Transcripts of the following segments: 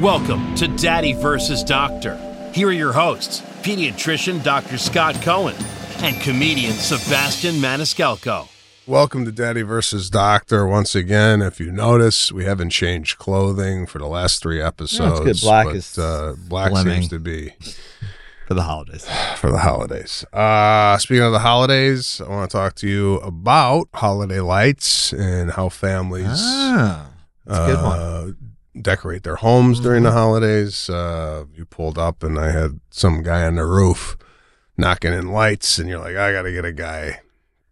Welcome to Daddy versus Doctor. Here are your hosts, pediatrician Dr. Scott Cohen and comedian Sebastian Maniscalco. Welcome to Daddy versus Doctor once again. If you notice, we haven't changed clothing for the last three episodes. good. Black is uh, black blemming. seems to be for the holidays. for the holidays. Uh, speaking of the holidays, I want to talk to you about holiday lights and how families Ah, that's a good one. Mm-hmm. uh, decorate their homes during the holidays. Uh, you pulled up, and I had some guy on the roof knocking in lights, and you're like, I got to get a guy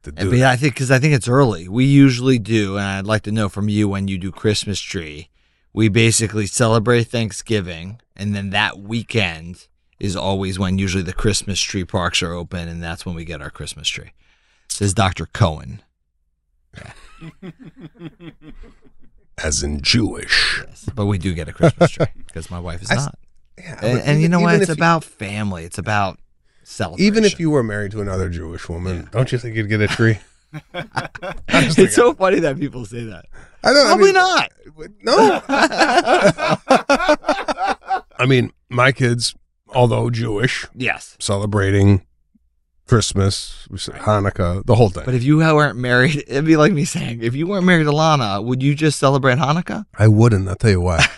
to do But yeah, I think because I think it's early. We usually do, and I'd like to know from you when you do Christmas tree. We basically celebrate Thanksgiving, and then that weekend is always when usually the Christmas tree parks are open, and that's when we get our Christmas tree. Says Dr. Cohen. it, as in Jewish. Yes, but we do get a Christmas tree because my wife is I s- not. Yeah, And, but and you even- know what? even It's if you- about family. It's about celebration. Even if you were married to another Jewish woman, don't you think you'd get a tree? it's so funny that people say that. I don't, I Probably mean, not. No. I mean, my kids, although Jewish, Yes. celebrating Christmas, Hanukkah, the whole thing. But if you weren't married, it'd be like me saying, if you weren't married to Lana, would you just celebrate Hanukkah? I wouldn't. I'll tell you why.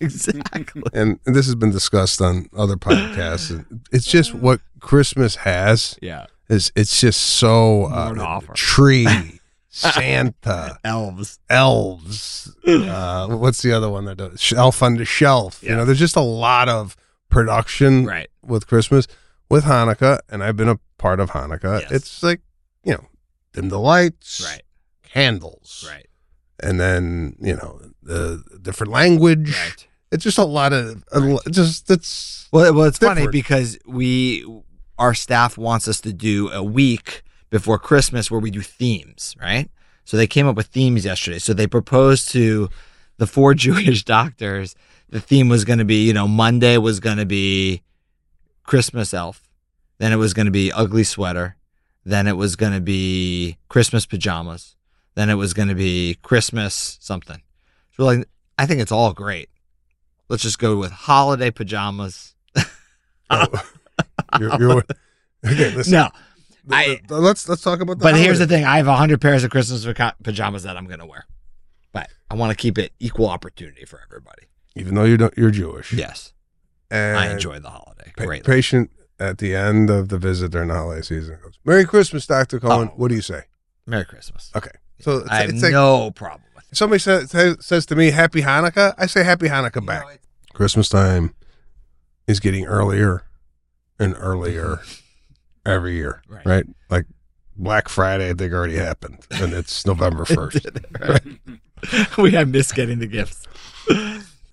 Exactly. and this has been discussed on other podcasts. and It's just what Christmas has yeah. is it's just so More to uh, offer. tree, Santa, Elves. elves. Uh, what's the other one that does shelf on the shelf? You Yeah. know, there's just a lot of production Right. with Christmas, with Hanukkah, and I've been a part of Hanukkah. Yes. It's like you know, dim the lights, Right. candles, Right. and then you know the different language. Right. It's just a lot of a lo- just that's Well, well, it's funny Different. because we, our staff wants us to do a week before Christmas where we do themes, right? So they came up with themes yesterday. So they proposed to the four Jewish doctors. The theme was going to be, you know, Monday was going to be Christmas elf. Then it was going to be ugly sweater. Then it was going to be Christmas pajamas. Then it was going to be Christmas something. So we're like, I think it's all great. Let's just go with holiday pajamas. you're, you're okay. Listen, No, the- I- the- let's let's talk about. The but here's the holidays. thing: I have hundred pairs of Christmas paca- pajamas that I'm going to wear, but I want to keep it equal opportunity for everybody. even though you don't, you're Jewish. Yes, and I enjoy the holiday. pa- Great. patient at the end of the visit during the holiday season goes, "Merry Christmas, Doctor Cohen." Oh. What do you say? Merry Christmas. Okay, so it's, I have it's like no problem with it. somebody says says to me, "Happy Hanukkah." I say, "Happy Hanukkah" back. Christmas time is getting earlier and earlier every year, Right. right? Like Black Friday, I think already happened, and it's November first. we have missed getting the gifts.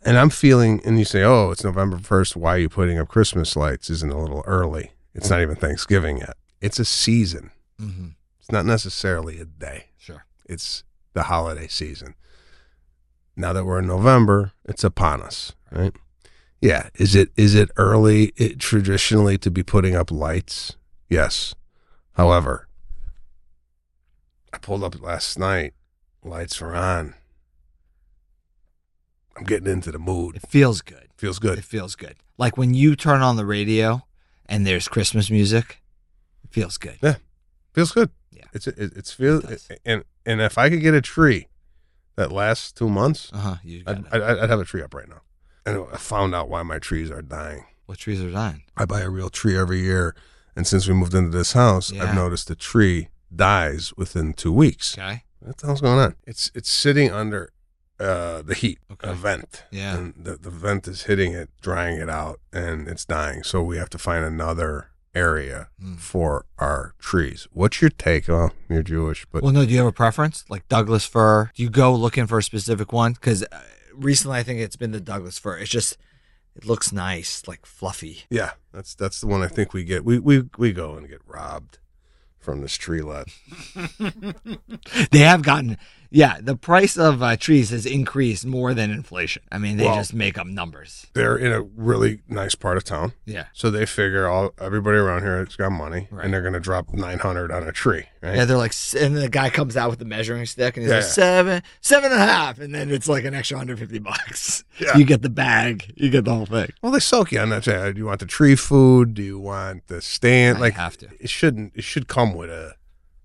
and I'm feeling, and you say, "Oh, it's November first. Why are you putting up Christmas lights? Isn't it a little early? It's not even Thanksgiving yet. It's a season. hmm It's not necessarily a day. Sure. It's the holiday season. Now that we're in November, it's upon us, right? Yeah. Is it is it early it, traditionally to be putting up lights? Yes. However, I pulled up last night. Lights are on. I'm getting into the mood. It feels good. Feels good. It feels good. Like when you turn on the radio and there's Christmas music, it feels good. Feels good. Yeah. It's it, it's feel It does. and and if I could get a tree that lasts two months, Uh huh. You got I'd, it. I'd, I'd have a tree up right now. And I found out why my trees are dying. what trees are dying? I buy a real tree every year. And since we moved into this house, Yeah. I've noticed the tree dies within two weeks. Okay. What the hell's going on? It's it's sitting under uh, the heat, Okay. a vent. Yeah. And the, the vent is hitting it, drying it out, and it's dying. So we have to find another area Hmm. for our trees. What's your take? Oh, you're Jewish, but well, no. Do you have a preference? Like Douglas fir? Do you go looking for a specific one? Because uh, recently, I think it's been the Douglas fir. It's just, it looks nice, like fluffy. Yeah, that's that's the one I think we get. We we we go and get robbed from this tree lot. They have gotten Yeah, the price of uh, trees has increased more than inflation. I mean, they Well- just make up numbers. They're in a really nice part of town, Yeah. so they figure all everybody around here has got money, Right. and they're going to drop nine hundred on a tree, right? Yeah, they're like, s- and then the guy comes out with the measuring stick and he's Yeah, like, yeah. seven, seven and a half. And then it's like an extra 150 bucks. Yeah. You get the bag, you get the whole thing. Well, they soak you on that. "Uh, Do you want the tree food? Do you want the stand? I like have to. it shouldn't. It should come with a.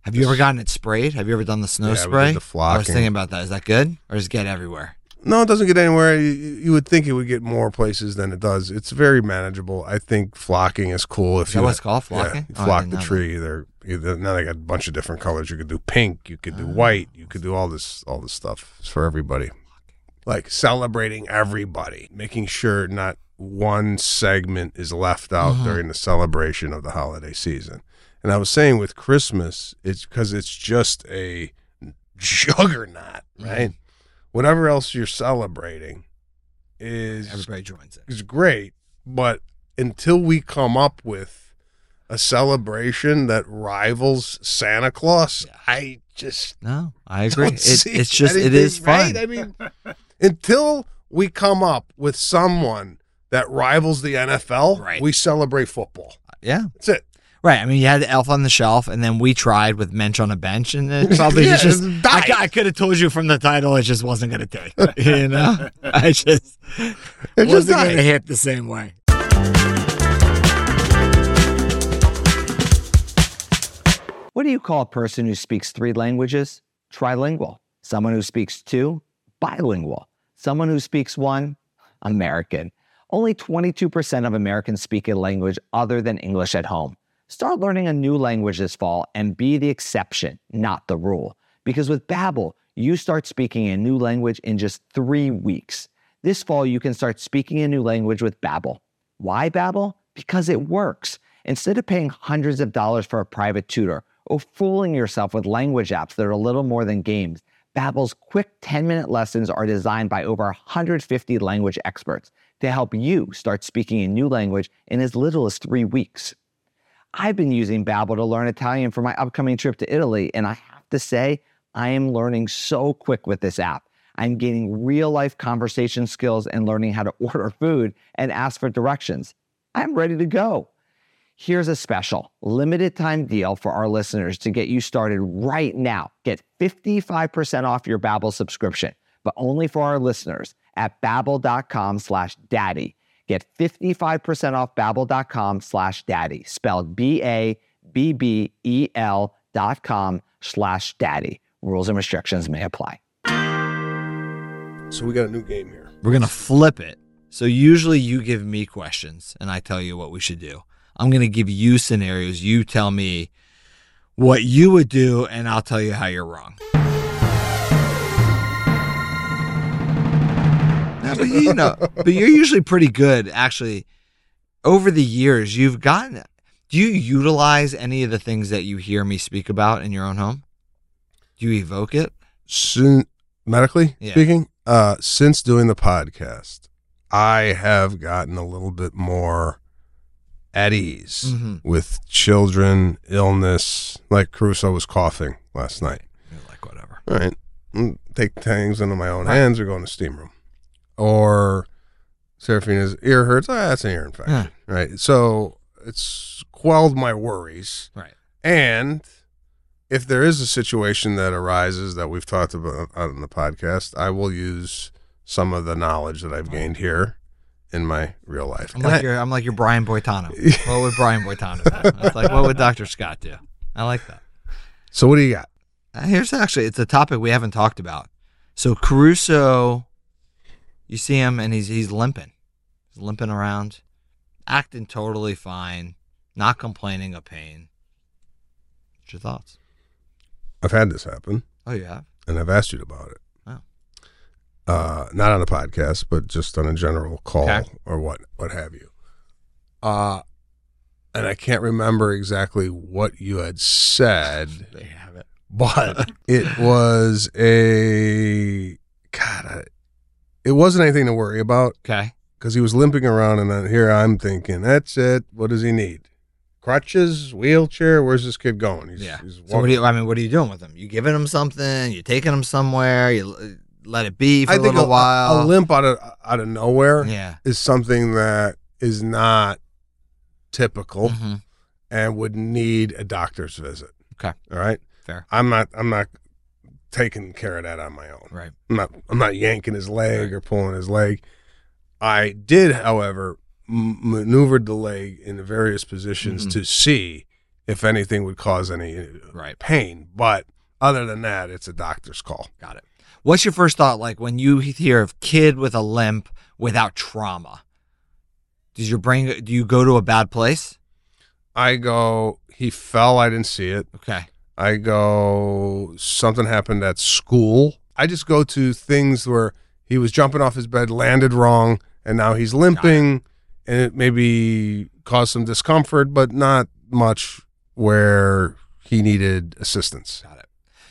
Have you ever gotten it sprayed? Have you ever done the snow Yeah, we did spray? the I was flocking. thinking about that. Is that good or does it get everywhere? No, it doesn't get anywhere. You, you would think it would get more places than it does. It's very manageable. I think flocking is cool. If Is you that what it's called? Yeah, Flocking? you Oh, I flock didn't the know that. tree. They're either, now they got a bunch of different colors. You could do pink. You Oh, could do white. You could do all this all this stuff. It's for everybody. Like celebrating everybody, making sure not one segment is left out Uh-huh. during the celebration of the holiday season. And I was saying with Christmas, it's because it's just a juggernaut, Mm-hmm. right? Whatever else you're celebrating is Everybody joins it. is great, but until we come up with a celebration that rivals Santa Claus, I just No, I agree. don't It, see it's just, it anything, is fun. right? I mean, until we come up with someone that rivals the NFL, Right. we celebrate football. yeah. That's it. Right. I mean, you had the Elf on the Shelf, and then we tried with Mensch on a Bench, and it probably Yeah, is just. it I, died. cou- I could have told you from the title, it just wasn't going to take. You know, I just it It just wasn't going died. to hit the same way. What do you call a person who speaks three languages? Trilingual. Someone who speaks two? Bilingual. Someone who speaks one? American. Only 22% of Americans speak a language other than English at home. Start learning a new language this fall and be the exception, not the rule. Because with Babbel, you start speaking a new language in just three weeks. This fall, you can start speaking a new language with Babbel. Why Babbel? Because it works. Instead of paying hundreds of dollars for a private tutor or fooling yourself with language apps that are little more than games, Babbel's quick 10-minute lessons are designed by over 150 language experts to help you start speaking a new language in as little as 3 weeks. I've been using Babbel to learn Italian for my upcoming trip to Italy, and I have to say, I am learning so quick with this app. I'm gaining real life conversation skills and learning how to order food and ask for directions. I'm ready to go. Here's a special limited time deal for our listeners to get you started right now. Get 55% off your Babbel subscription, but only for our listeners at babbel.com slash daddy. Get 55% off babbel.com slash daddy, spelled B-A-B-B-E-L E dot com slash daddy. Rules and restrictions may apply. So we got a new game here. We're gonna flip it. So usually you give me questions, and I tell you what we should do. I'm gonna give you scenarios. You tell me what you would do, and I'll tell you how you're wrong. No, but you know, but you're usually pretty good, actually. Over the years, you've gotten. Do you utilize any of the things that you hear me speak about in your own home? Do you evoke it? Sin- medically Yeah. speaking, uh, since doing the podcast, I have gotten a little bit more at ease Mhm. with children, illness. Like Caruso was coughing last night. You're like whatever. All right, mm, take things into my own hands or go in the steam room. Or Seraphina's ear hurts. Ah, that's an ear infection. Right. So it's quelled my worries. Right. And if there is a situation that arises that we've talked about on the podcast, I will use some of the knowledge that I've gained here in my real life. I'm And like I- your I'm like your Brian Boitano. what would Brian Boitano do? It's like what would Dr. Scott do? I like that. so what do you got? Uh, Here's actually it's a topic we haven't talked about. So Caruso, you see him and he's he's limping. He's limping around, acting totally fine, not complaining of pain. What's your thoughts? I've had this happen, Oh yeah. and I've asked you about it. Wow. Uh, not on a podcast, but just on a general call Okay. or what what have you. Uh, and I can't remember exactly what you had said. There you have it. but it was a God. I, it wasn't anything to worry about Okay. because he was limping around, and then here I'm thinking, that's it. What does he need? crutches, wheelchair. Where's this kid going? He's, yeah. he's So what walking- do you? I mean, what are you doing with them? You giving them something? You taking them somewhere? You l- uh, let it be for I a think little a, while. a limp out of out of nowhere yeah. is something that is not typical Mhm. and would need a doctor's visit. Okay. All right. Fair. I'm not. I'm not taking care of that on my own. Right. I'm not. I'm not yanking his leg Right. or pulling his leg. I did, however, m- maneuvered the leg in various positions Mhm. to see if anything would cause any uh, Right. pain. But other than that, it's a doctor's call. Got it. What's your first thought like when you hear of kid with a limp without trauma? Does your brain do you go to a bad place? I go. He fell. I didn't see it. Okay. I go, something happened at school. I just go to things where he was jumping off his bed, landed wrong, and now he's limping, and it maybe caused some discomfort, but not much where he needed assistance. Got it.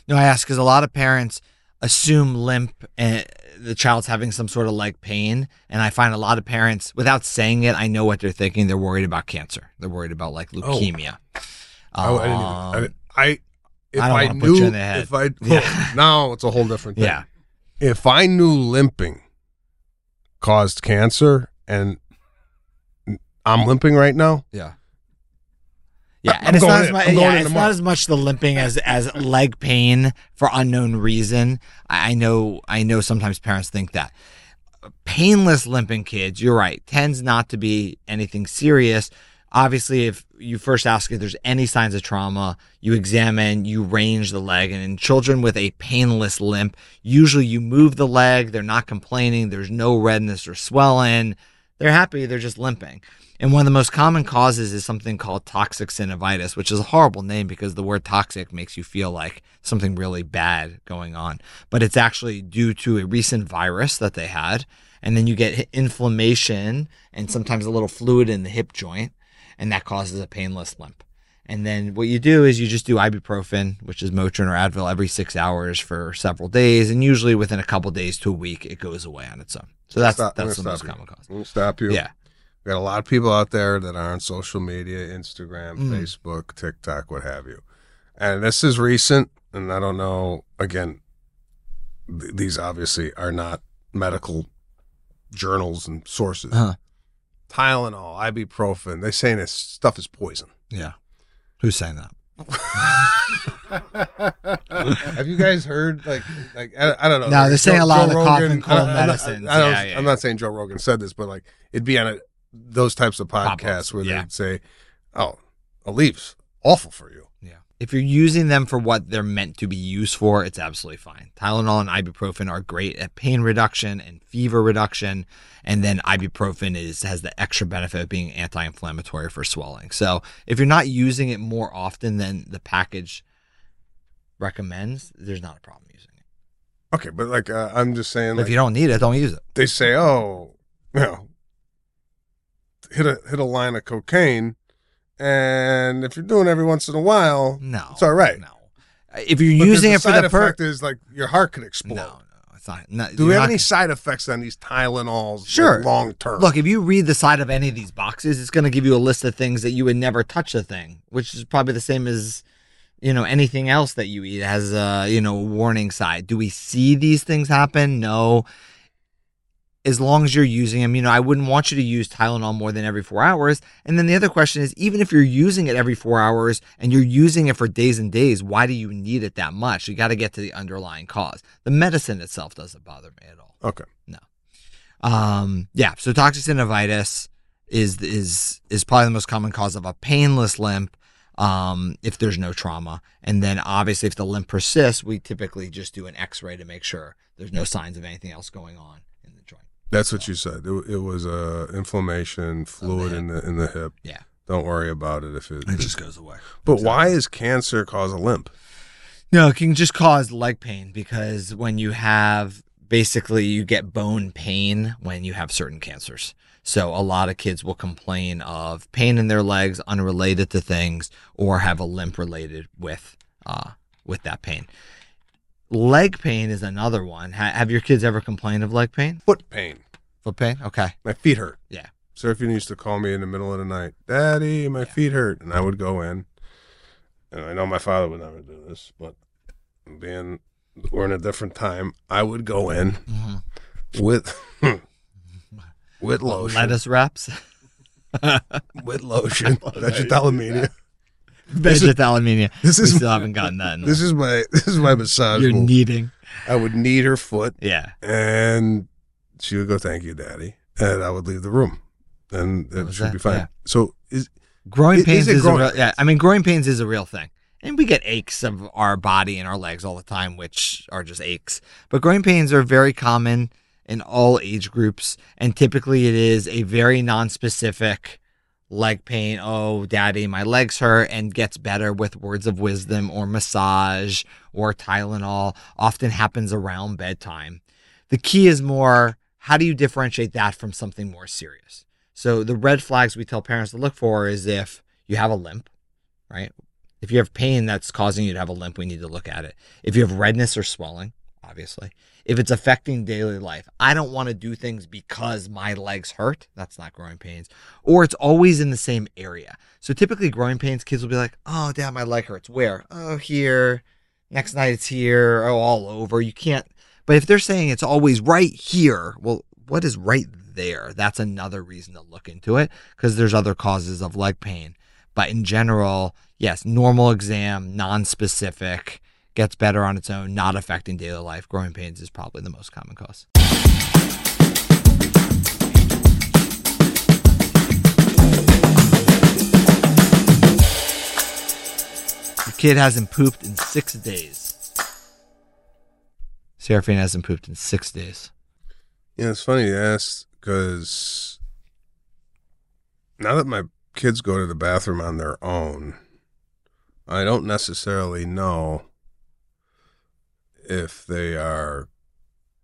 No, I ask because a lot of parents assume limp and the child's having some sort of leg pain, and I find a lot of parents, without saying it, I know what they're thinking. They're worried about cancer. They're worried about like leukemia. Oh. I, I didn't even, I, Um, didn't- I if I I, don't wanna put knew, you in the head. if I Yeah. now it's a whole different thing. Yeah. If I knew limping caused cancer and I'm limping right now, Yeah. Yeah, I'm and it's going not as in. much. I'm going Yeah, in it's tomorrow. not as much the limping as as leg pain for unknown reason. I I know. I know. Sometimes parents think that painless limping kids. You're right. Tends not to be anything serious. Obviously, if you first ask if there's any signs of trauma, you examine, you range the leg, and in children with a painless limp, usually you move the leg. They're not complaining. There's no redness or swelling. They're happy. They're just limping. And one of the most common causes is something called toxic synovitis, which is a horrible name because the word toxic makes you feel like something really bad going on. But it's actually due to a recent virus that they had. And then you get hi- inflammation and sometimes a little fluid in the hip joint, and that causes a painless limp. And then what you do is you just do ibuprofen, which is Motrin or Advil, every six hours for several days. And usually within a couple days to a week, it goes away on its own. So that's, Stop- I'm that's the gonna most stop common cause. I'm gonna stop you. Yeah. We got a lot of people out there that are on social media, Instagram, Mm. Facebook, TikTok, what have you. And this is recent, and I don't know. Again, th- these obviously are not medical journals and sources. Uh-huh. Tylenol, ibuprofen. They saying this stuff is poison. Yeah. Who's saying that? have you guys heard? Like, like I, I don't know. No, Like, they're saying a lot of the cough and cold I- I'm not- medicines. I, don't- Yeah, yeah, I'm yeah. not saying Joe Rogan said this, but like it'd be on a, those types of podcasts Pop-ups, where yeah. they'd say, "Oh, a leaf's awful for you." Yeah. If you're using them for what they're meant to be used for, it's absolutely fine. Tylenol and ibuprofen are great at pain reduction and fever reduction, and then ibuprofen is has the extra benefit of being anti-inflammatory for swelling. So, if you're not using it more often than the package recommends, there's not a problem using it. Okay, but like uh, I'm just saying, But like, if you don't need it, don't use it. they say, "Oh, you know, hit a hit a line of cocaine," and if you're doing it every once in a while, No. it's all right. No. If you're But using there's it for side the per effect is like your heart could explode. No, no, it's not. no, Do you're we have not- any side effects on these Tylenols? Sure. long term. Look, if you read the side of any of these boxes, it's going to give you a list of things that you would never touch a thing, which is probably the same as, you know, anything else that you eat It has a, you know, warning side. Do we see these things happen? No. As long as you're using them, you know, I wouldn't want you to use Tylenol more than every four hours. And then the other question is even if you're using it every four hours and you're using it for days and days, why do you need it that much? You got to get to the underlying cause. The medicine itself doesn't bother me at all. okay. Um, yeah. So toxic synovitis is is is probably the most common cause of a painless limp. Um, if there's no trauma, and then obviously if the limp persists, we typically just do an X-ray to make sure there's no signs of anything else going on in the joint. That's what you said. It, it was uh, inflammation, fluid in the in the hip. Yeah. Don't worry about it if it. goes away. but why is cancer cause a limp? No, it can just cause leg pain because when you have basically you get bone pain when you have certain cancers. So a lot of kids will complain of pain in their legs unrelated to things or have a limp related with uh with that pain. Leg pain is another one. Ha- have your kids ever complained of leg pain? Foot pain. Foot pain? Okay. My feet hurt. Yeah. Serpent used to call me in the middle of the night, Daddy, my feet hurt. And I would go in. And I know my father would never do this, but being we're in a different time, I would go in Mhm. with with lotion. Lettuce wraps, With lotion. Vegetalalemia. vegetarian. This We is still haven't gotten that. In this is my this is my massage. You're move. kneading. I would knead her foot Yeah. and she would go, Thank you, Daddy. And I would leave the room. And That it was should that, be fine. yeah. So is Growing Is- pains is it is, growing- a real, yeah. I mean, growing pains is a real thing, and we get aches of our body and our legs all the time, which are just aches. But growing pains are very common in all age groups, and typically it is a very non-specific leg pain. Oh, daddy, my legs hurt, and gets better with words of wisdom or massage or Tylenol. Often happens around bedtime. The key is more how do you differentiate that from something more serious. So the red flags we tell parents to look for is if you have a limp, right? If you have pain that's causing you to have a limp, we need to look at it. If you have redness or swelling, obviously. If it's affecting daily life, I don't want to do things because my legs hurt. That's not growing pains. Or it's always in the same area. So typically, growing pains, kids will be like, oh, damn, my leg hurts. Where? Oh, here. Next night it's here. Oh, all over. You can't. But if they're saying it's always right here, well, what is right there? That's another reason to look into it because there's other causes of leg pain. But in general, yes, normal exam, non-specific, gets better on its own, not affecting daily life. Growing pains is probably the most common cause. Your kid hasn't pooped in six days. Seraphine hasn't pooped in six days. Yeah, it's funny you asked because now that my kids go to the bathroom on their own, I don't necessarily know if they are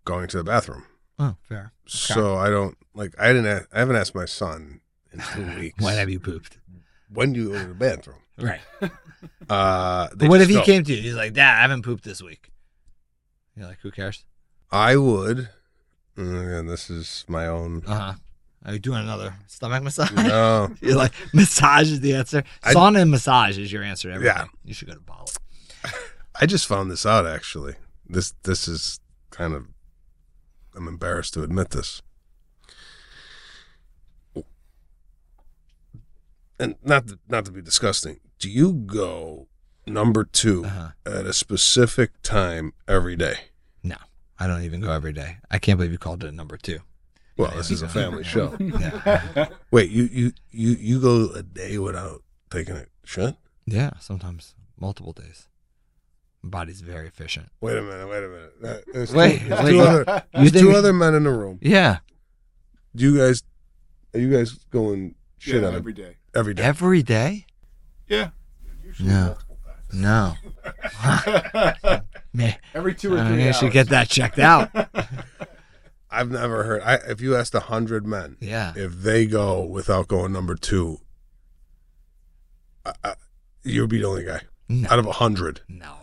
going to the bathroom. Oh, fair. So I don't like. I didn't. a- I haven't asked my son in two weeks. When have you pooped? When do you go to the bathroom? Right. Uh, they But what just if he don't. came to you? He's like, Dad, I haven't pooped this week. You're like, who cares? I would. and Again, this is my own. Uh huh. Are you doing another stomach massage? No, You're like, massage is the answer. I- Sauna and massage is your answer. to everything. Yeah. You should go to Bali. I just found this out actually. This this is kind of I'm embarrassed to admit this. And not to, not to be disgusting. Do you go number 2 Uh-huh. at a specific time every day? No, I don't even go every day. I can't believe you called it number two. Well, this is a family show. Yeah. Wait, you you you you go a day without taking a shit? yeah. Sometimes multiple days. My body's very efficient. Wait a minute, wait a minute. That- There's Wait, two, there's wait, two you- other, You there's two other men in the room. Yeah. Do you guys are you guys going shit yeah, on every day. it every day? Every day? Yeah. No. No. Man, Every two or I three mean, I hours. should get that checked out. I've never heard. I, if you asked a hundred men Yeah. if they go without going number two, I, I, you'd be the only guy No. out of a hundred. No.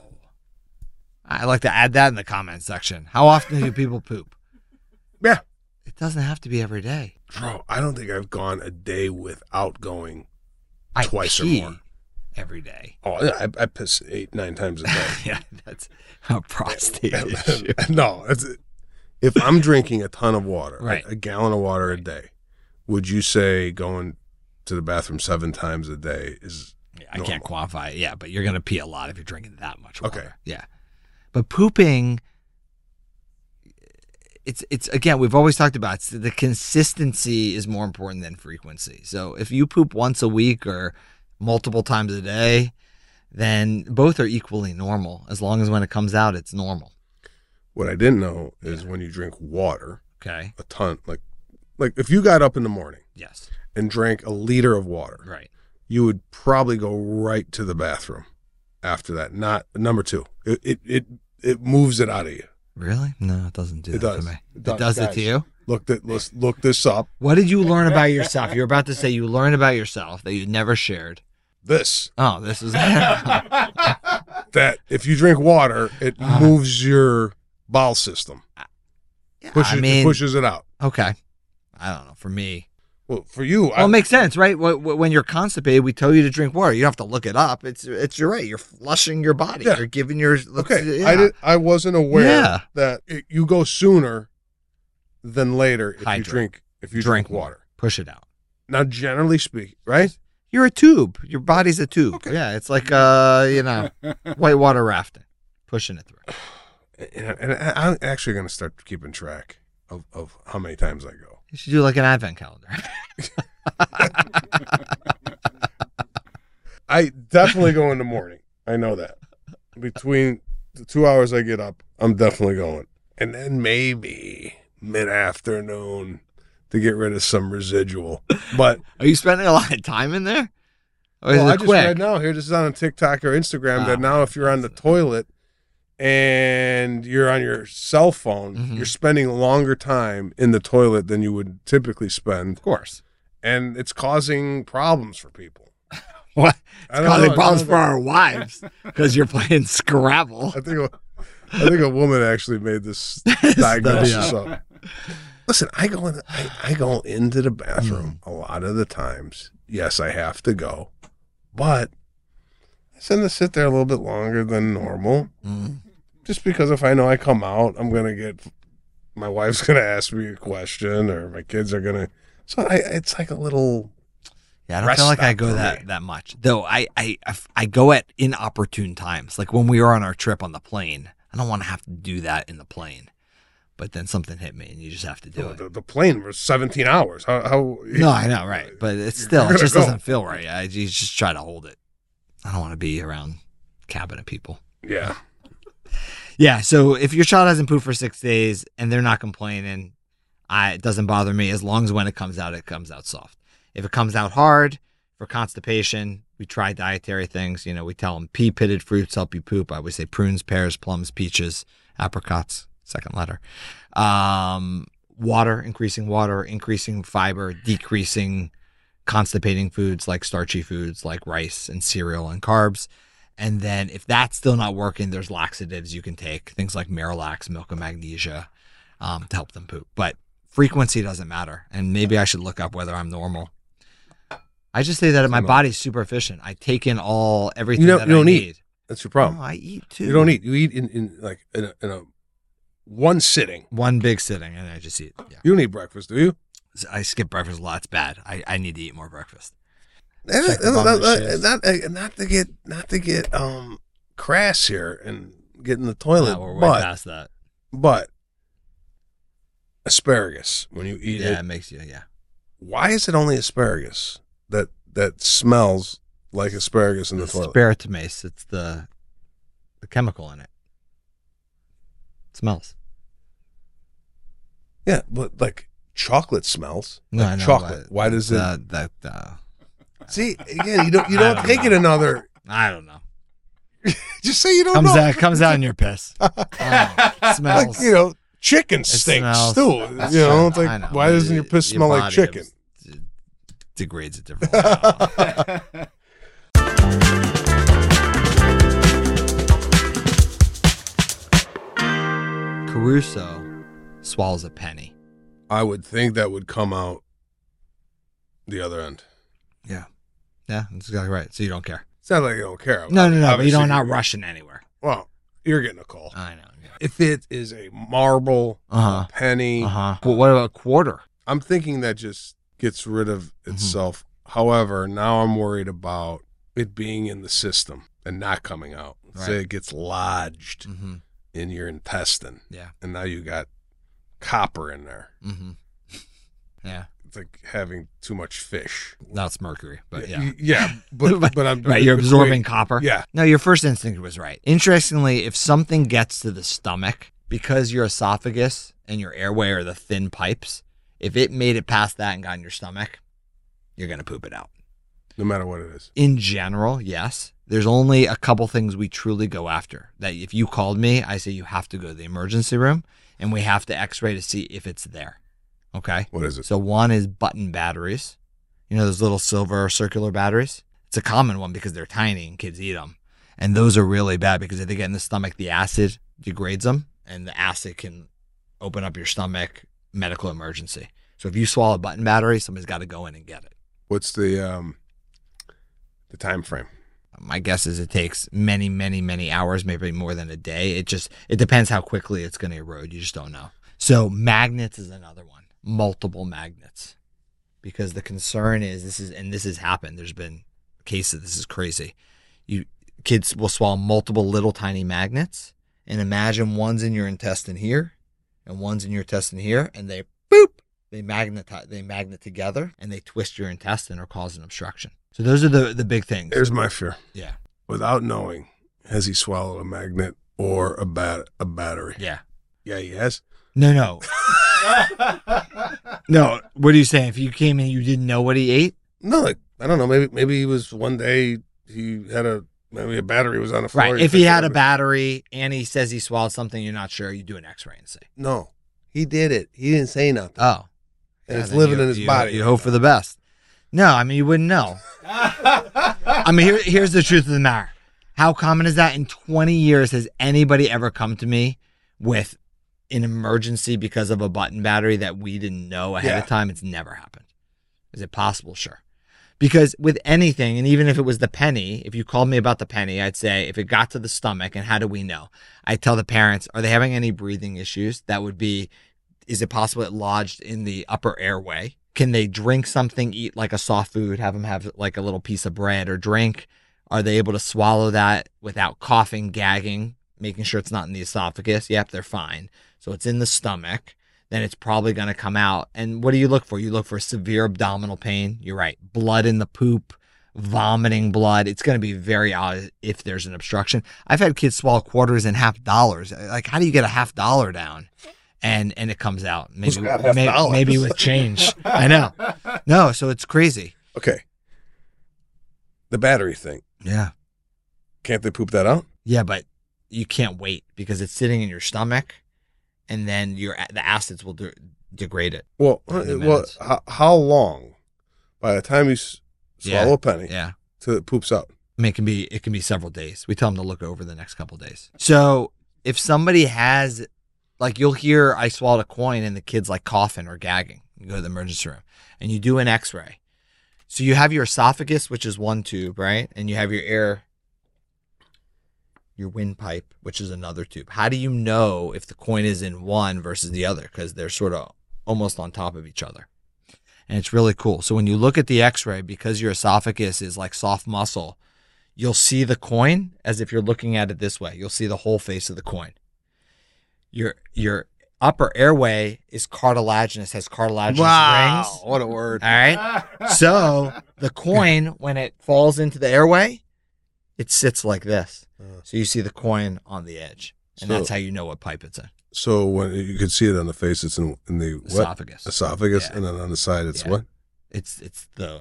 I like to add that in the comment section. How often do people poop? Yeah, It doesn't have to be every day. bro. I don't think I've gone a day without going. I Twice or pee more. Every day. Oh, I, I piss eight nine times a day. Yeah, that's a prostate issue. no, that's it. if I'm drinking a ton of water, Right. a, a gallon of water a day. Would you say going to the bathroom seven times a day is Yeah, I can't quantify it. Yeah, but you're going to pee a lot if you're drinking that much water. Okay. Yeah. But pooping it's it's again, we've always talked about it's the consistency is more important than frequency. So if you poop once a week or multiple times a day, then both are equally normal as long as when it comes out it's normal. what I didn't know is when you drink water Okay? a ton, like like if you got up in the morning. Yes. and drank a liter of water, Right. you would probably go right to the bathroom after that. Not number two. It it it, it moves it out of you. Really? No, it doesn't do It that does. to me. It does, it does it guys. to you? Look that let's look this up. What did you learn about yourself? You're about to say you learned about yourself that you never shared. This Oh, this is that if you drink water, it Uh. moves your bowel system. Yeah, Pushes I mean, pushes it out. okay. I don't know. For me, Well, for you, Well, it makes sense, right? Wh- wh- When you're constipated, we tell you to drink water. You don't have to look it up. It's it's you're right. You're flushing your body. Yeah. You're giving your Okay, yeah. I did, I wasn't aware Yeah. that it, you go sooner than later if Hydrate. you drink if you Drink drink, water. push it out. Now, generally speaking, right? You're a tube. Your body's a tube. Yeah, it's like uh, you know, whitewater rafting, pushing it through. And, and I, I'm actually going to start keeping track of, of how many times I go. You should do like an advent calendar. I definitely go in the morning. I know that. Between the two hours I get up, I'm definitely going. And then maybe mid afternoon to get rid of some residual. But Are you spending a lot of time in there? Or is Well, it I just quick? read now here, this is on TikTok or Instagram Oh, that now if you're on the toilet and you're on your cell phone, Mhm. you're spending longer time in the toilet than you would typically spend, Of course. and it's causing problems for people. What? I It's don't know, causing I problems don't for our wives because you're playing Scrabble. I think a, I think a woman actually made this diagnosis Study up. Listen, I go in, I, I go into the bathroom Hmm. a lot of the times. Yes, I have to go, but I tend to sit there a little bit longer than normal, Mm. just because if I know I come out, I'm gonna get my wife's gonna ask me a question, or my kids are gonna. So I, it's like a little. Yeah, I don't Rest feel like I stop go for that, me. that much. Though I, I, I f- I go at inopportune times. Like when we were on our trip on the plane, I don't want to have to do that in the plane. But then something hit me and you just have to do it. Oh, The, the plane was 17 hours. How? how No, I know, right. But it's still, it gonna just go. doesn't feel right. I you just try to hold it. I don't want to be around cabinet people. Yeah. Yeah. So if your child hasn't pooped for six days and they're not complaining, I, it doesn't bother me as long as when it comes out, it comes out soft. If it comes out hard for constipation, we try dietary things. You know, we tell them pea pitted fruits help you poop. I would say prunes, pears, plums, peaches, apricots, second letter. Um, water, increasing water, increasing fiber, decreasing constipating foods like starchy foods like rice and cereal and carbs. And then if that's still not working, there's laxatives you can take, things like Miralax, milk of magnesia, um, to help them poop. But frequency doesn't matter. And maybe I should look up whether I'm normal. I just say that my body's super efficient. I take in all everything don't- that you don't I eat. need. That's your problem. No, I eat too. You don't eat. You eat in, in like in a, in a one sitting. one big sitting and I just eat. Yeah. You don't eat breakfast, do you? I skip breakfast a lot. It's bad. I, I need to eat more breakfast. Not, Check the bottom of the shoes. not, uh, not to get not to get um crass here and get in the toilet, Yeah, we're way but past that. but asparagus when you eat Yeah, it it. makes you, yeah. Why is it only asparagus that that smells like asparagus in the toilet? Spiritomase. It's the the chemical in it. it smells. yeah, but like chocolate smells. No, like I know, chocolate. but uh, Why does it? The, the, the, see again, you don't you I don't don't take it know. another. I don't know. Just say you don't Comes know. out comes out in your piss. I don't know. like smells. you know, chicken stinks smells- too. That's You know, true. it's like I know, why but doesn't your it- piss smell like body chicken? abs- degrades it differently. I don't know. Caruso swallows a penny. I would think that would come out the other end. Yeah. Yeah, that's exactly right. So you don't care. It's not like you don't care. No, no, no. But you Obviously, don't not rushing anywhere. Well, you're getting a call. I know. If it is a marble, Uh a penny, Uh huh. Well, what about a quarter? I'm thinking that just gets rid of Mm-hmm. itself. However, now I'm worried about it being in the system and not coming out. So Right. it gets lodged Mm-hmm. in your intestine, Yeah. and now you got copper in there. Mm-hmm. Yeah. it's like having too much fish. Now it's mercury, but yeah. Y- yeah, but but, I'm right, you're but absorbing wait, copper. Yeah. No, your first instinct was right. Interestingly, if something gets to the stomach, because your esophagus and your airway are the thin pipes, if it made it past that and got in your stomach, you're gonna poop it out. no matter what it is. In general, yes. There's only a couple things we truly go after. That if you called me, I say you have to go to the emergency room and we have to x ray to see if it's there. Okay. What is it? So one is button batteries. You know those little silver circular batteries? It's a common one because they're tiny and kids eat them. And those are really bad because if they get in the stomach, the acid degrades them and the acid can open up your stomach, medical emergency. So if you swallow a button battery, somebody's got to go in and get it. What's the um the time frame? My guess is it takes many, many, many hours, maybe more than a day. It just it depends how quickly it's going to erode. You just don't know. So magnets is another one. Multiple magnets, because the concern is this is and this has happened. There's been cases. This is crazy. You kids will swallow multiple little tiny magnets, and imagine one's in your intestine here, and one's in your intestine here, and they boop they magnetize they magnet together and they twist your intestine or cause an obstruction. So those are the the big things. Here's my fear. yeah. Without knowing, has he swallowed a magnet or a bat a battery? Yeah. Yeah, he has. No, no. no, what are you saying? If you came in and you didn't know what he ate? No, like I don't know. Maybe maybe he was one day he had a maybe a battery was on the floor. Right. If he picked it had a up. battery and he says he swallowed something you're not sure, you do an x ray and see. no, he did it. He didn't say nothing, Oh. and Yeah, it's then living you- in his you- body. You hope for the best. No, I mean you wouldn't know. I mean here, here's the truth of the matter. How common is that? In 20 years, has anybody ever come to me with an emergency because of a button battery that we didn't know ahead Yeah. of time? It's never happened. Is it possible? Sure. Because with anything, and even if it was the penny, if you called me about the penny, I'd say if it got to the stomach, and how do we know? I tell the parents, are they having any breathing issues? That would be, is it possible it lodged in the upper airway? Can they drink something, eat like a soft food, have them have like a little piece of bread or drink? Are they able to swallow that without coughing, gagging, making sure it's not in the esophagus? Yep, they're fine. So it's in the stomach. Then it's probably going to come out. And what do you look for? You look for severe abdominal pain. You're right. Blood in the poop, vomiting blood. It's going to be very odd if there's an obstruction. I've had kids swallow quarters and half dollars. Like, how do you get a half dollar down? And and it comes out. Maybe got half may- dollars? maybe with change. I know. No, so it's crazy. okay, the battery thing. Yeah. Can't they poop that out? Yeah, but you can't wait because it's sitting in your stomach, and then your the acids will de- degrade it. Well, uh, 20 well, minutes. how, how long? By the time you s- Yeah. swallow a penny, Yeah, till it poops out. I mean it can be it can be several days. We tell them to look over the next couple days. So if somebody has, like, you'll hear I swallowed a coin and the kid's like coughing or gagging. You go to the emergency room and you do an X-ray. So you have your esophagus, which is one tube, right, and you have your air. Your windpipe, which is another tube. How do you know if the coin is in one versus the other? Because they're sort of almost on top of each other. And it's really cool. So when you look at the x ray, because your esophagus is like soft muscle, you'll see the coin as if you're looking at it this way. You'll see the whole face of the coin. Your your upper airway is cartilaginous, has cartilaginous rings. what a word! All right. So the coin, when it falls into the airway, it sits like this. Uh. So you see the coin on the edge. And So- that's how you know what pipe it's in. So when you could see it on the face, it's in, in the what? Esophagus. esophagus, Yeah. and then on the side, it's Yeah. what? It's it's the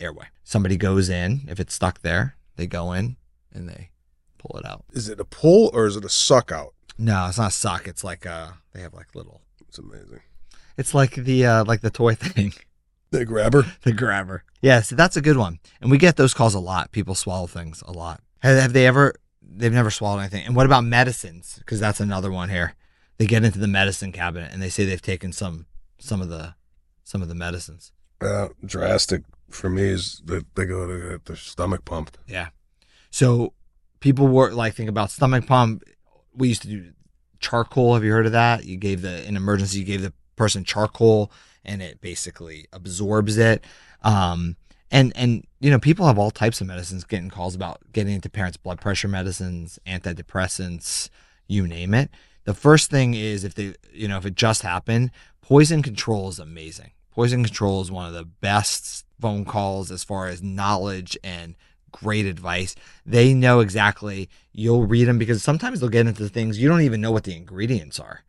airway. Somebody goes in, if it's stuck there, they go in and they pull it out. Is it a pull or is it a suck out? No, it's not a sock. It's like uh they have like little It's amazing. it's like the uh like the toy thing. The grabber. the grabber. Yeah, so that's a good one. And we get those calls a lot. People swallow things a lot. Have, have they ever? They've never swallowed anything. And what about medicines? Because that's another one here. They get into the medicine cabinet and they say they've taken some some of the some of the medicines. Uh, drastic for me is that they go to get their stomach pumped. Yeah. So people were like think about stomach pump. We used to do charcoal. Have you heard of that? You gave the in emergency, you gave the person charcoal, and it basically absorbs it. Um, and and you know people have all types of medicines. Getting calls about getting into parents' blood pressure medicines, antidepressants, you name it. The first thing is if they you know if it just happened, poison control is amazing. Poison control is one of the best phone calls as far as knowledge and great advice. They know exactly. You'll read them because sometimes they'll get into things you don't even know what the ingredients are,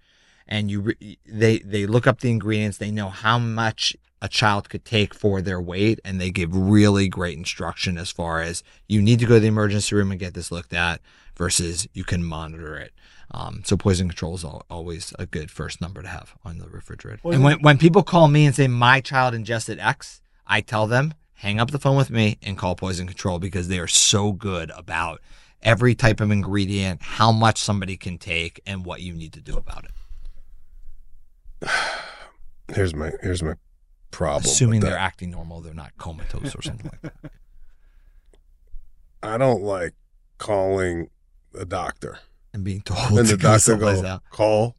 and you re- they they look up the ingredients. They know how much a child could take for their weight, and they give really great instruction as far as you need to go to the emergency room and get this looked at versus you can monitor it. Um, so poison control is al- always a good first number to have on the refrigerator. and when, when people call me and say my child ingested X, I tell them hang up the phone with me and call poison control because they are so good about every type of ingredient, how much somebody can take, and what you need to do about it. Here's my here's my problem. with assuming that. they're acting normal, they're not comatose or something like that. I don't like calling the doctor. And being told And to the go doctor someplace goes, out. call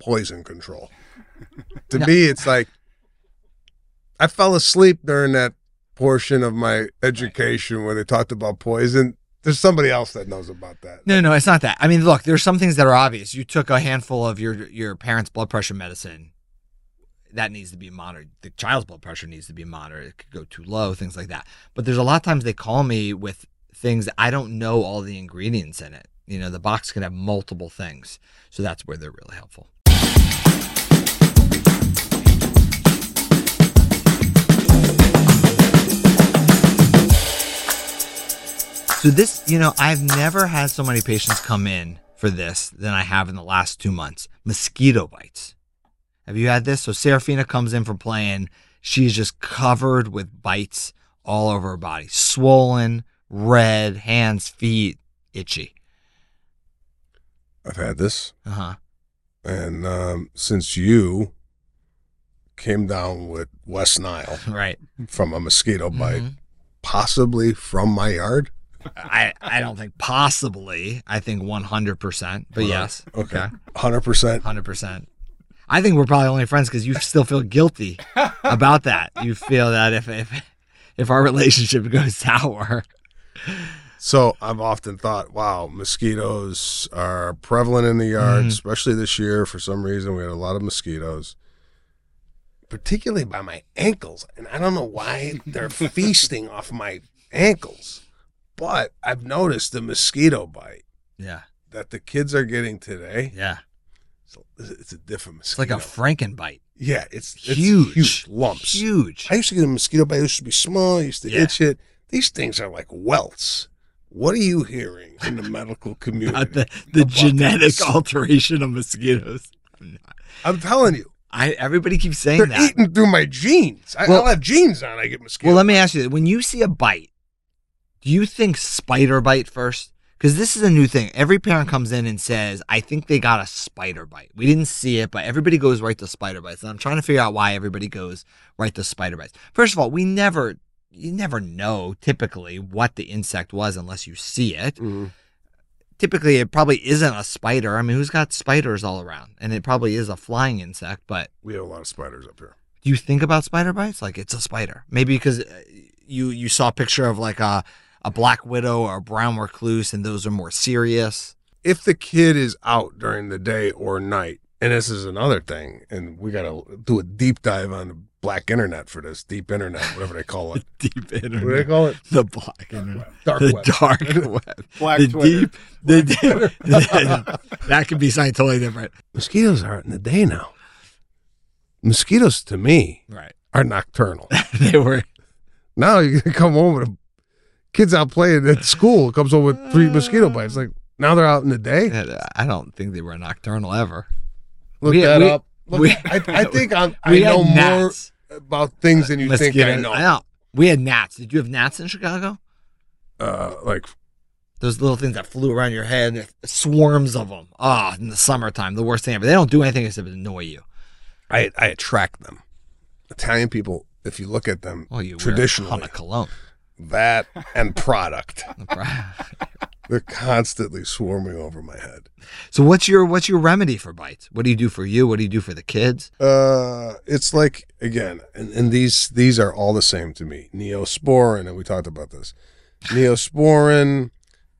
poison control. to No. me, it's like I fell asleep during that portion of my education where they talked about poison. There's somebody else that knows about that. No, no, it's not that. I mean, look, there's some things that are obvious. You took a handful of your your parents' blood pressure medicine. That needs to be monitored. The child's blood pressure needs to be monitored. It could go too low, things like that. But there's a lot of times they call me with things that I don't know all the ingredients in it. You know, the box can have multiple things. So that's where they're really helpful. So this, you know, I've never had so many patients come in for this than I have in the last two months. Mosquito bites. Have you had this? So Serafina comes in from playing. She's just covered with bites all over her body, swollen, red, hands, feet, itchy. I've had this, Uh huh. and um, since you came down with West Nile Right. from a mosquito bite, Mhm. possibly from my yard. I I don't think possibly. I think one hundred percent. But yes. Okay, hundred percent. Hundred percent. I think we're probably only friends because you still feel guilty about that. You feel that if if if our relationship goes sour, So I've often thought, wow, mosquitoes are prevalent in the yard, Mhm. especially this year. For some reason, we had a lot of mosquitoes, particularly by my ankles. And I don't know why they're feasting off my ankles, but I've noticed the mosquito bite yeah, that the kids are getting today. yeah, So It's a different it's mosquito. like a Franken bite, yeah, it's, it's huge, huge lumps. huge. I used to get a mosquito bite. It used to be small. I used to Yeah. itch it. These things are like welts. What are you hearing in the medical About community? the the About genetic this. alteration of mosquitoes. I'm not- I'm telling you, I everybody keeps saying they're that. eating through my jeans. I, Well- I'll have jeans on. I get mosquito. Well, let me ask you: When you see a bite, do you think spider bite first? Because this is a new thing. Every parent comes in and says, "I think they got a spider bite." We didn't see it, but everybody goes right to spider bites, and I'm trying to figure out why everybody goes right to spider bites. First of all, we never, you never know typically what the insect was unless you see it. Typically, it probably isn't a spider. I mean, who's got spiders all around? And it probably is a flying insect, but We have a lot of spiders up here. do you think about spider bites like it's a spider maybe because uh, you you saw a picture of like a a black widow or a brown recluse and those are more serious If the kid is out during the day or night, and this is another thing, and we got to do a deep dive on the black internet for this, deep internet, whatever they call it. deep what do they call it? the black internet Dark the web. dark web Black the Twitter. deep the deep that could be something totally different Mosquitoes aren't in the day now. Mosquitoes to me right are nocturnal. they were Now you can come home with a kids out playing at school comes home with three mosquito bites. Like now they're out in the day. uh, i don't think they were nocturnal ever Look We- that we- up. Look, we- I, I think I'm, I we had know more gnats. about things than you think I Mosquitoes. know. we had gnats did you have gnats in chicago Uh, like those little things that flew around your head, and swarms of them. Ah, in the summertime, the worst thing ever. They don't do anything except annoy you. I, I attract them. Italian people, if you look at them, Well, Oh, you Traditionally. on a cologne. that and product, Right. they're constantly swarming over my head. so what's your what's your remedy for bites? What do you do for you? What do you do for the kids? Uh, it's like again, and, and these these are all the same to me. Neosporin, and we talked about this. Neosporin.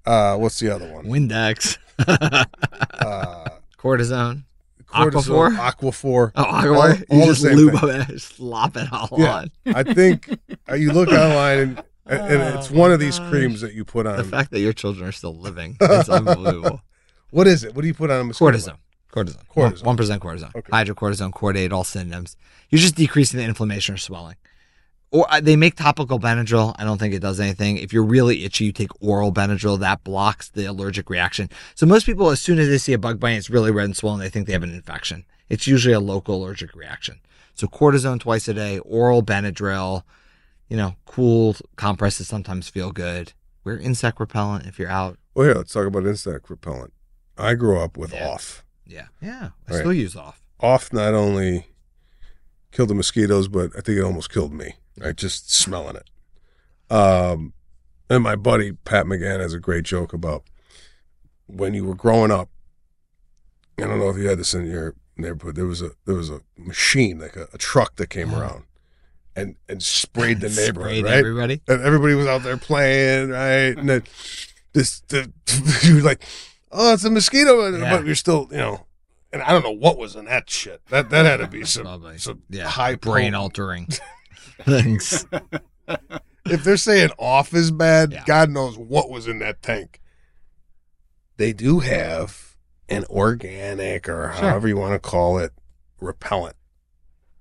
Uh, what's the other one? Windex, Uh, cortisone. cortisol, Aquaphor? Aquaphor. Oh, All- I you all the just same lube thing. up it, slop it all Yeah. on. I think uh, you look online and, and, and it's Oh, one my of these gosh. creams that you put The on. fact that your children are still living, it's unbelievable. What is it? What do you put on a mosquito? Cortisone. Cortisone. Cortisone. One percent cortisone. Okay. Hydrocortisone, chordate, all synonyms. You're just decreasing the inflammation or swelling. Or uh, they make topical Benadryl. I don't think it does anything. If you're really itchy, you take oral Benadryl. That blocks the allergic reaction. So most people, as soon as they see a bug bite, and it's really red and swollen. They think they have an infection. It's usually a local allergic reaction. So cortisone twice a day, oral Benadryl. You know, cool compresses sometimes feel good. Wear insect repellent if you're out. Well, Oh, here, let's talk about insect repellent. I grew up with Yeah. off. Yeah, yeah. I Right. still use off. Off not only killed the mosquitoes, but I think it almost killed me. I just smelling it. Um, and my buddy Pat McGann has a great joke about when you were growing up. I don't know if you had this in your neighborhood. There was a there was a machine like a, a truck that came around and and sprayed the neighborhood, Sprayed right? everybody. and everybody was out there playing, right? And then this, the, you were like, oh, it's a mosquito, Yeah. but you're still, you know, and I don't know what was in that shit. That that had to be some, Probably. some Yeah. high Brain pro- altering things. If they're saying off is bad, Yeah. God knows what was in that tank. They do have an organic or Sure. however you want to call it repellent.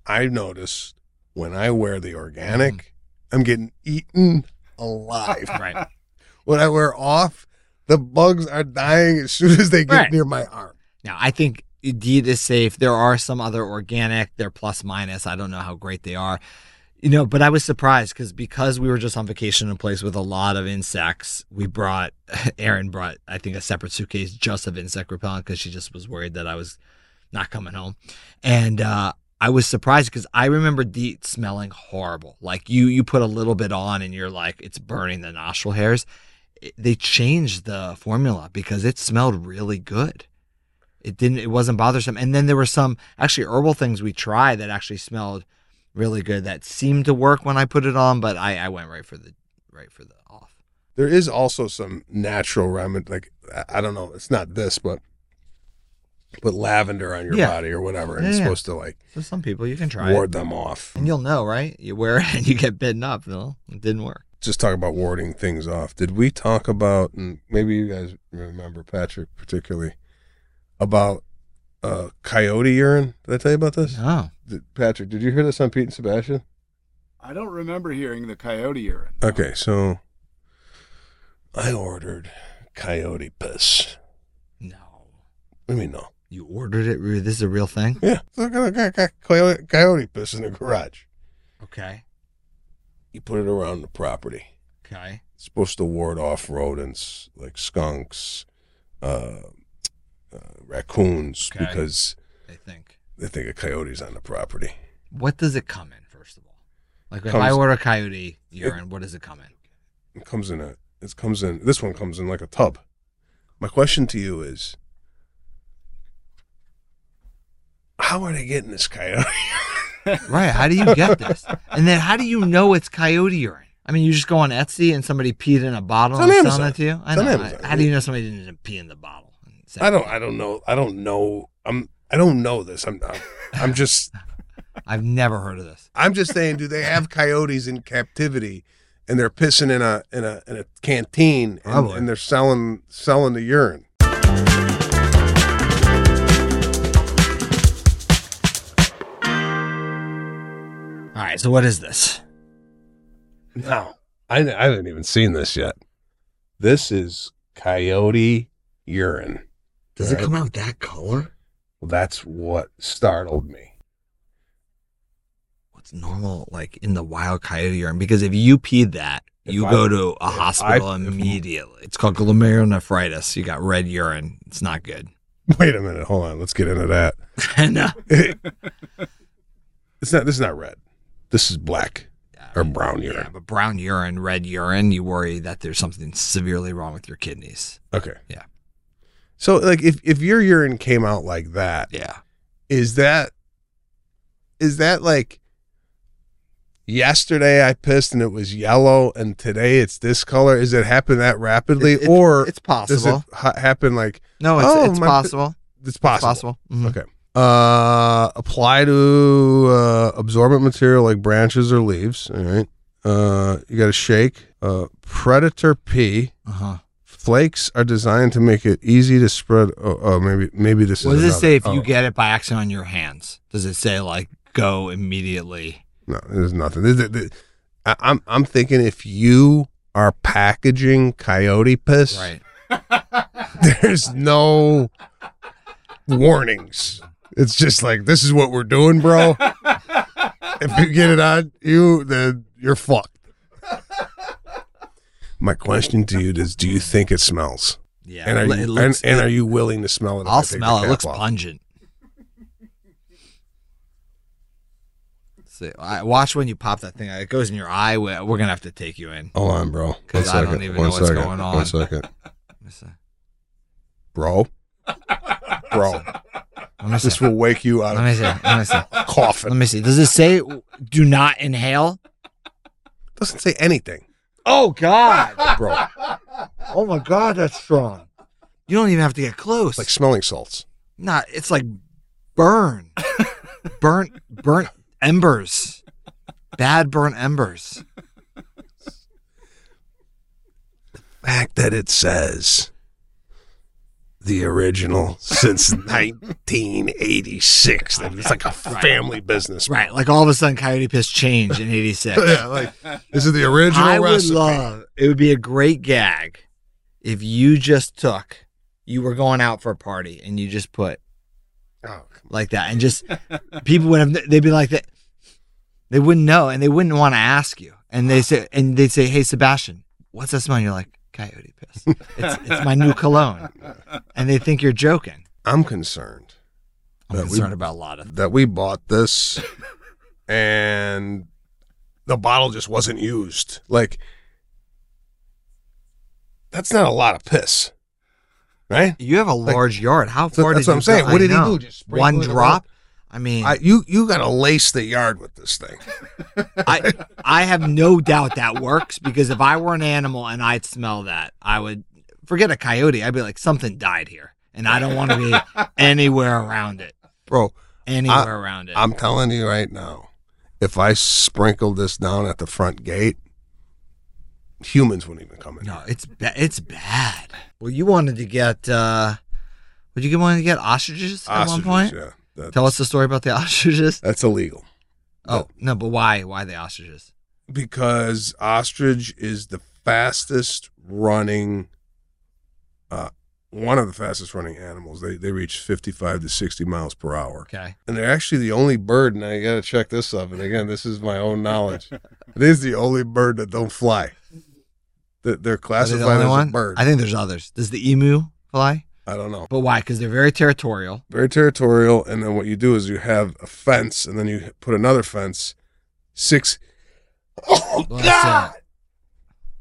I notice when I wear the organic, Mm-hmm. I'm getting eaten alive. Right. when I wear off, the bugs are dying as soon as they get Right. near my arm. Now, I think Indeed is safe. There are some other organic. They're plus minus. I don't know how great they are. You know, but I was surprised because because we were just on vacation in a place with a lot of insects, we brought Erin brought I think a separate suitcase just of insect repellent because she just was worried that I was not coming home, and uh, I was surprised because I remember DEET smelling horrible. Like you you put a little bit on and you're like it's burning the nostril hairs. It- they changed the formula because it smelled really good it didn't it wasn't bothersome and then there were some actually herbal things we tried that actually smelled really good that seemed to work when i put it on but i i went right for the right for the off There is also some natural remedy, like I- I don't know, it's not this, but put lavender on your Yeah. body or whatever, and Yeah, it's yeah. supposed to like so some people you can try ward it them off. and you'll know right you wear it and you get bitten up no it didn't work Just talk about warding things off. Did we talk about, and maybe you guys remember Patrick particularly, about uh, coyote urine? Did I tell you about this? no Did- Patrick, did you hear this on Pete and Sebastian? I don't remember hearing the coyote urine. Okay, so I ordered coyote piss. no I mean, no. you ordered it Ru- this is a real thing Yeah, so I got, got, got coyote, coyote piss in the garage. okay You put it around the property. okay It's supposed to ward off rodents like skunks, uh, uh, raccoons, Okay. because i think they think a coyote's on the property. what does it come in first of all like if i Comes- order coyote urine what does it come in It comes in a. It comes in. This one comes in like a tub. My question to you is, how are they getting this coyote? Right. How do you get this? And then how do you know it's coyote urine? I mean, you just go on Etsy and somebody peed in a bottle It's and on Amazon. selling it to you. I It's know. on I- Amazon. How do you know somebody didn't pee in the bottle? and sell I it? don't. I don't know. I don't know. I'm. I don't know this. I'm. I'm, I'm just. I've never heard of this. I'm just saying. Do they have coyotes in captivity, and they're pissing in a in a in a canteen, and, Probably. and they're selling selling the urine? All right. So what is this? No, I I haven't even seen this yet. This is coyote urine. Does Uh, it come out that color? Well, that's what startled me. What's normal, like in the wild coyote urine? Because if you peed that, If you I- go to a if hospital I- if- immediately. It's called glomerulonephritis. You got red urine. It's not good. Wait a minute. Hold on. Let's get into that. and, uh, It's not. This is not red. This is black or brown urine. yeah, but brown urine, red urine, you worry that there's something severely wrong with your kidneys. Okay. Yeah. So like if if your urine came out like that, Yeah. is that is that like yesterday I pissed and it was yellow and today it's this color? Is it happen that rapidly It- it- or it's does possible. it ha- happen like no, it's, Oh, it's, my- possible. it's It's possible? possible. Mhm. Mm-hmm. Okay. Uh apply to uh absorbent material like branches or leaves, all right? Uh you got to shake. Uh predator pea Uh-huh. flakes are designed to make it easy to spread. Oh, oh maybe maybe this What is. does it another- say if you oh, get it by accident on your hands? Does it say like go immediately? No, there's nothing. This- this- I, I'm I'm thinking if you are packaging coyote piss, Right. there's no warnings. It's just like this is what we're doing, bro. if you get it on you, then you're fucked. My question to you is: Do you think it smells? Yeah. And are It you, looks- and, and are you willing to smell it? if I I'll take the smell it. It cap looks off? pungent. the I, watch when you pop that thing. It goes in your eye. We- We're gonna have to take you in. Hold on, bro. One 'Cause I don't second, even one know what's second, going One on. second, Let bro. Bro, me this see. will wake you out Let me see. Let me see. of coffin. Let me see. Does it say do not inhale? Doesn't say anything, Oh God! bro. Oh my God, that's strong. You don't even have to get close. Like smelling salts. Nah, it's like burn, burnt, burnt embers, bad burnt embers. fact that it says the original since 1986. That It's like a family business. Right, like all of a sudden, Coyote Piss changed in '86. Yeah, like this is the original I would recipe. love. It would be a great gag if you just took. You were going out for a party and you just put Oh, like that, and just people would have. They'd be like that. They wouldn't know, and they wouldn't want to ask you. And they say, and they'd say, "Hey, Sebastian, what's that smell?" And you're like, "Coyote piss. It's, it's my new cologne." And they think you're joking. I'm concerned I'm That we- concerned about a lot of. that we bought this and the bottle just wasn't used. Like that's not a lot of piss, right? You have a large yard. How So far that's did what you I'm saying. go? What I did he know. do? Just sprinkle one it around? drop. I mean, I, you you got to lace the yard with this thing. I I have no doubt that works because if I were an animal and I'd smell that, I would forget a coyote. I'd be like, something died here, and I don't want to be anywhere around it. Bro, Anywhere I- around it. I'm telling you right now, if I sprinkled this down at the front gate, humans wouldn't even come in. no, it's ba- it's bad. Well, you wanted to get. uh Would you get- wanted to get ostriches at Ostriches, one point? yeah. That- Tell us the story about the ostriches. that's illegal Oh no, but why? Why the ostriches? because ostrich is the fastest running, uh, one of the fastest running animals. They they reach 55 to 60 miles per hour, Okay. and they're actually the only bird. And I got to check this up. And again, this is my own knowledge. it is the only bird that don't fly. They're- They're Are they classified the only as one? a bird. I think there's others. Does the emu fly? I don't know. But why? Because they're very territorial. very territorial. And then what you do is you have a fence, and then you put another fence. Six. Oh Well, that's, uh, God!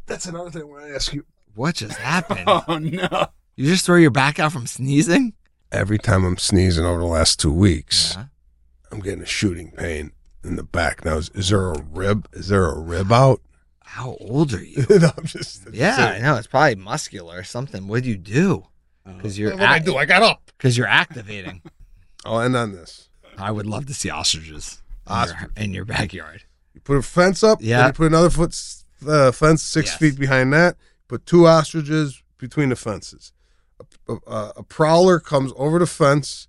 That's another thing. When I ask you, What just happened? Oh no! You just throw your back out from sneezing? every time I'm sneezing over the last two weeks, Yeah. I'm getting a shooting pain in the back. Now, is, is there a rib? Is there a rib out? How old are you? No, I'm just. yeah, I know. It's probably muscular or something. What do you do? Because you're What did Uh, I act- do? I got up. cause you're activating. I'll end on this. I would love to see ostriches in, Ostrich. Your, in your backyard. You put a fence up. Yeah. Yeah. You put another foot uh, fence six Yes. feet behind that. Put two ostriches between the fences. A, a, a prowler comes over the fence.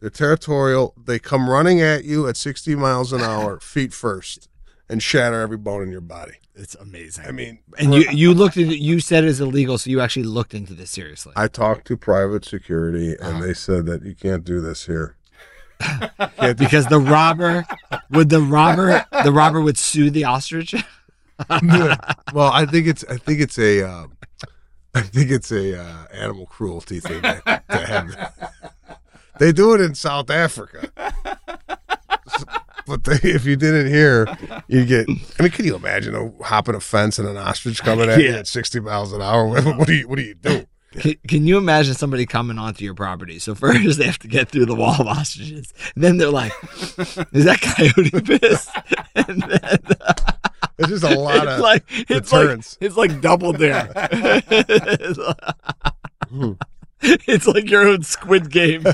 They're territorial. They come running at you at 60 miles an hour, feet first, and shatter every bone in your body. It's amazing. I mean, and you, you looked at it, you said it's illegal, so you actually looked into this seriously. I talked to private security, and Uh-huh. they said that you can't do this here. because the robber would the robber the robber would sue the ostrich. well, I think it's I think it's a uh, I think it's a uh, animal cruelty thing to, to have. They do it in South Africa, but they, if you did it here, you get. I mean, can you imagine a hopping a fence and an ostrich coming at you Yeah. at sixty miles an hour? What, what do you What do you do? Can, can you imagine somebody coming onto your property? So first they have to get through the wall of ostriches. Then they're like, "Is that coyote piss?" And then It's just a lot it's of. like it's like, deterrence. it's like double dare. it's, Hmm. like, it's like your own Squid Game.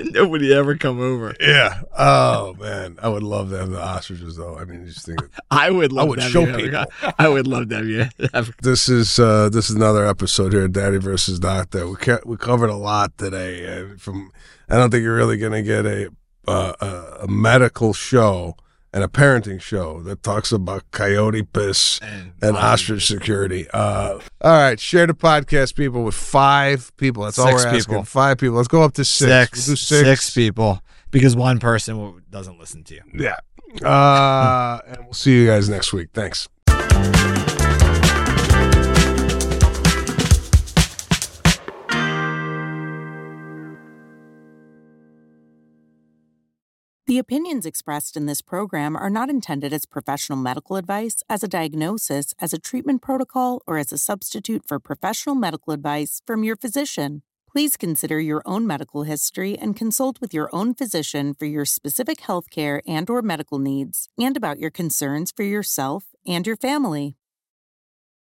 Nobody ever come over. yeah. Oh man, I would love to have the ostriches though. I mean, you just think I would love. I would to have show you ever people. come- I would love to have you. Have, this is uh, this is another episode here, at Daddy versus Doctor. We ca- we covered a lot today. Uh, from I don't think you're really gonna get a uh, a, a medical show and a parenting show that talks about coyote piss and, and ostrich security. Uh, all right, share the podcast, people, with five people. That's all Six we're asking. people. Five people. Let's go up to 6 six, We'll do six people, because one person will- doesn't listen to you. Yeah. Uh, and we'll see you guys next week. Thanks. The opinions expressed in this program are not intended as professional medical advice, as a diagnosis, as a treatment protocol, or as a substitute for professional medical advice from your physician. Please consider your own medical history and consult with your own physician for your specific healthcare and or medical needs and about your concerns for yourself and your family.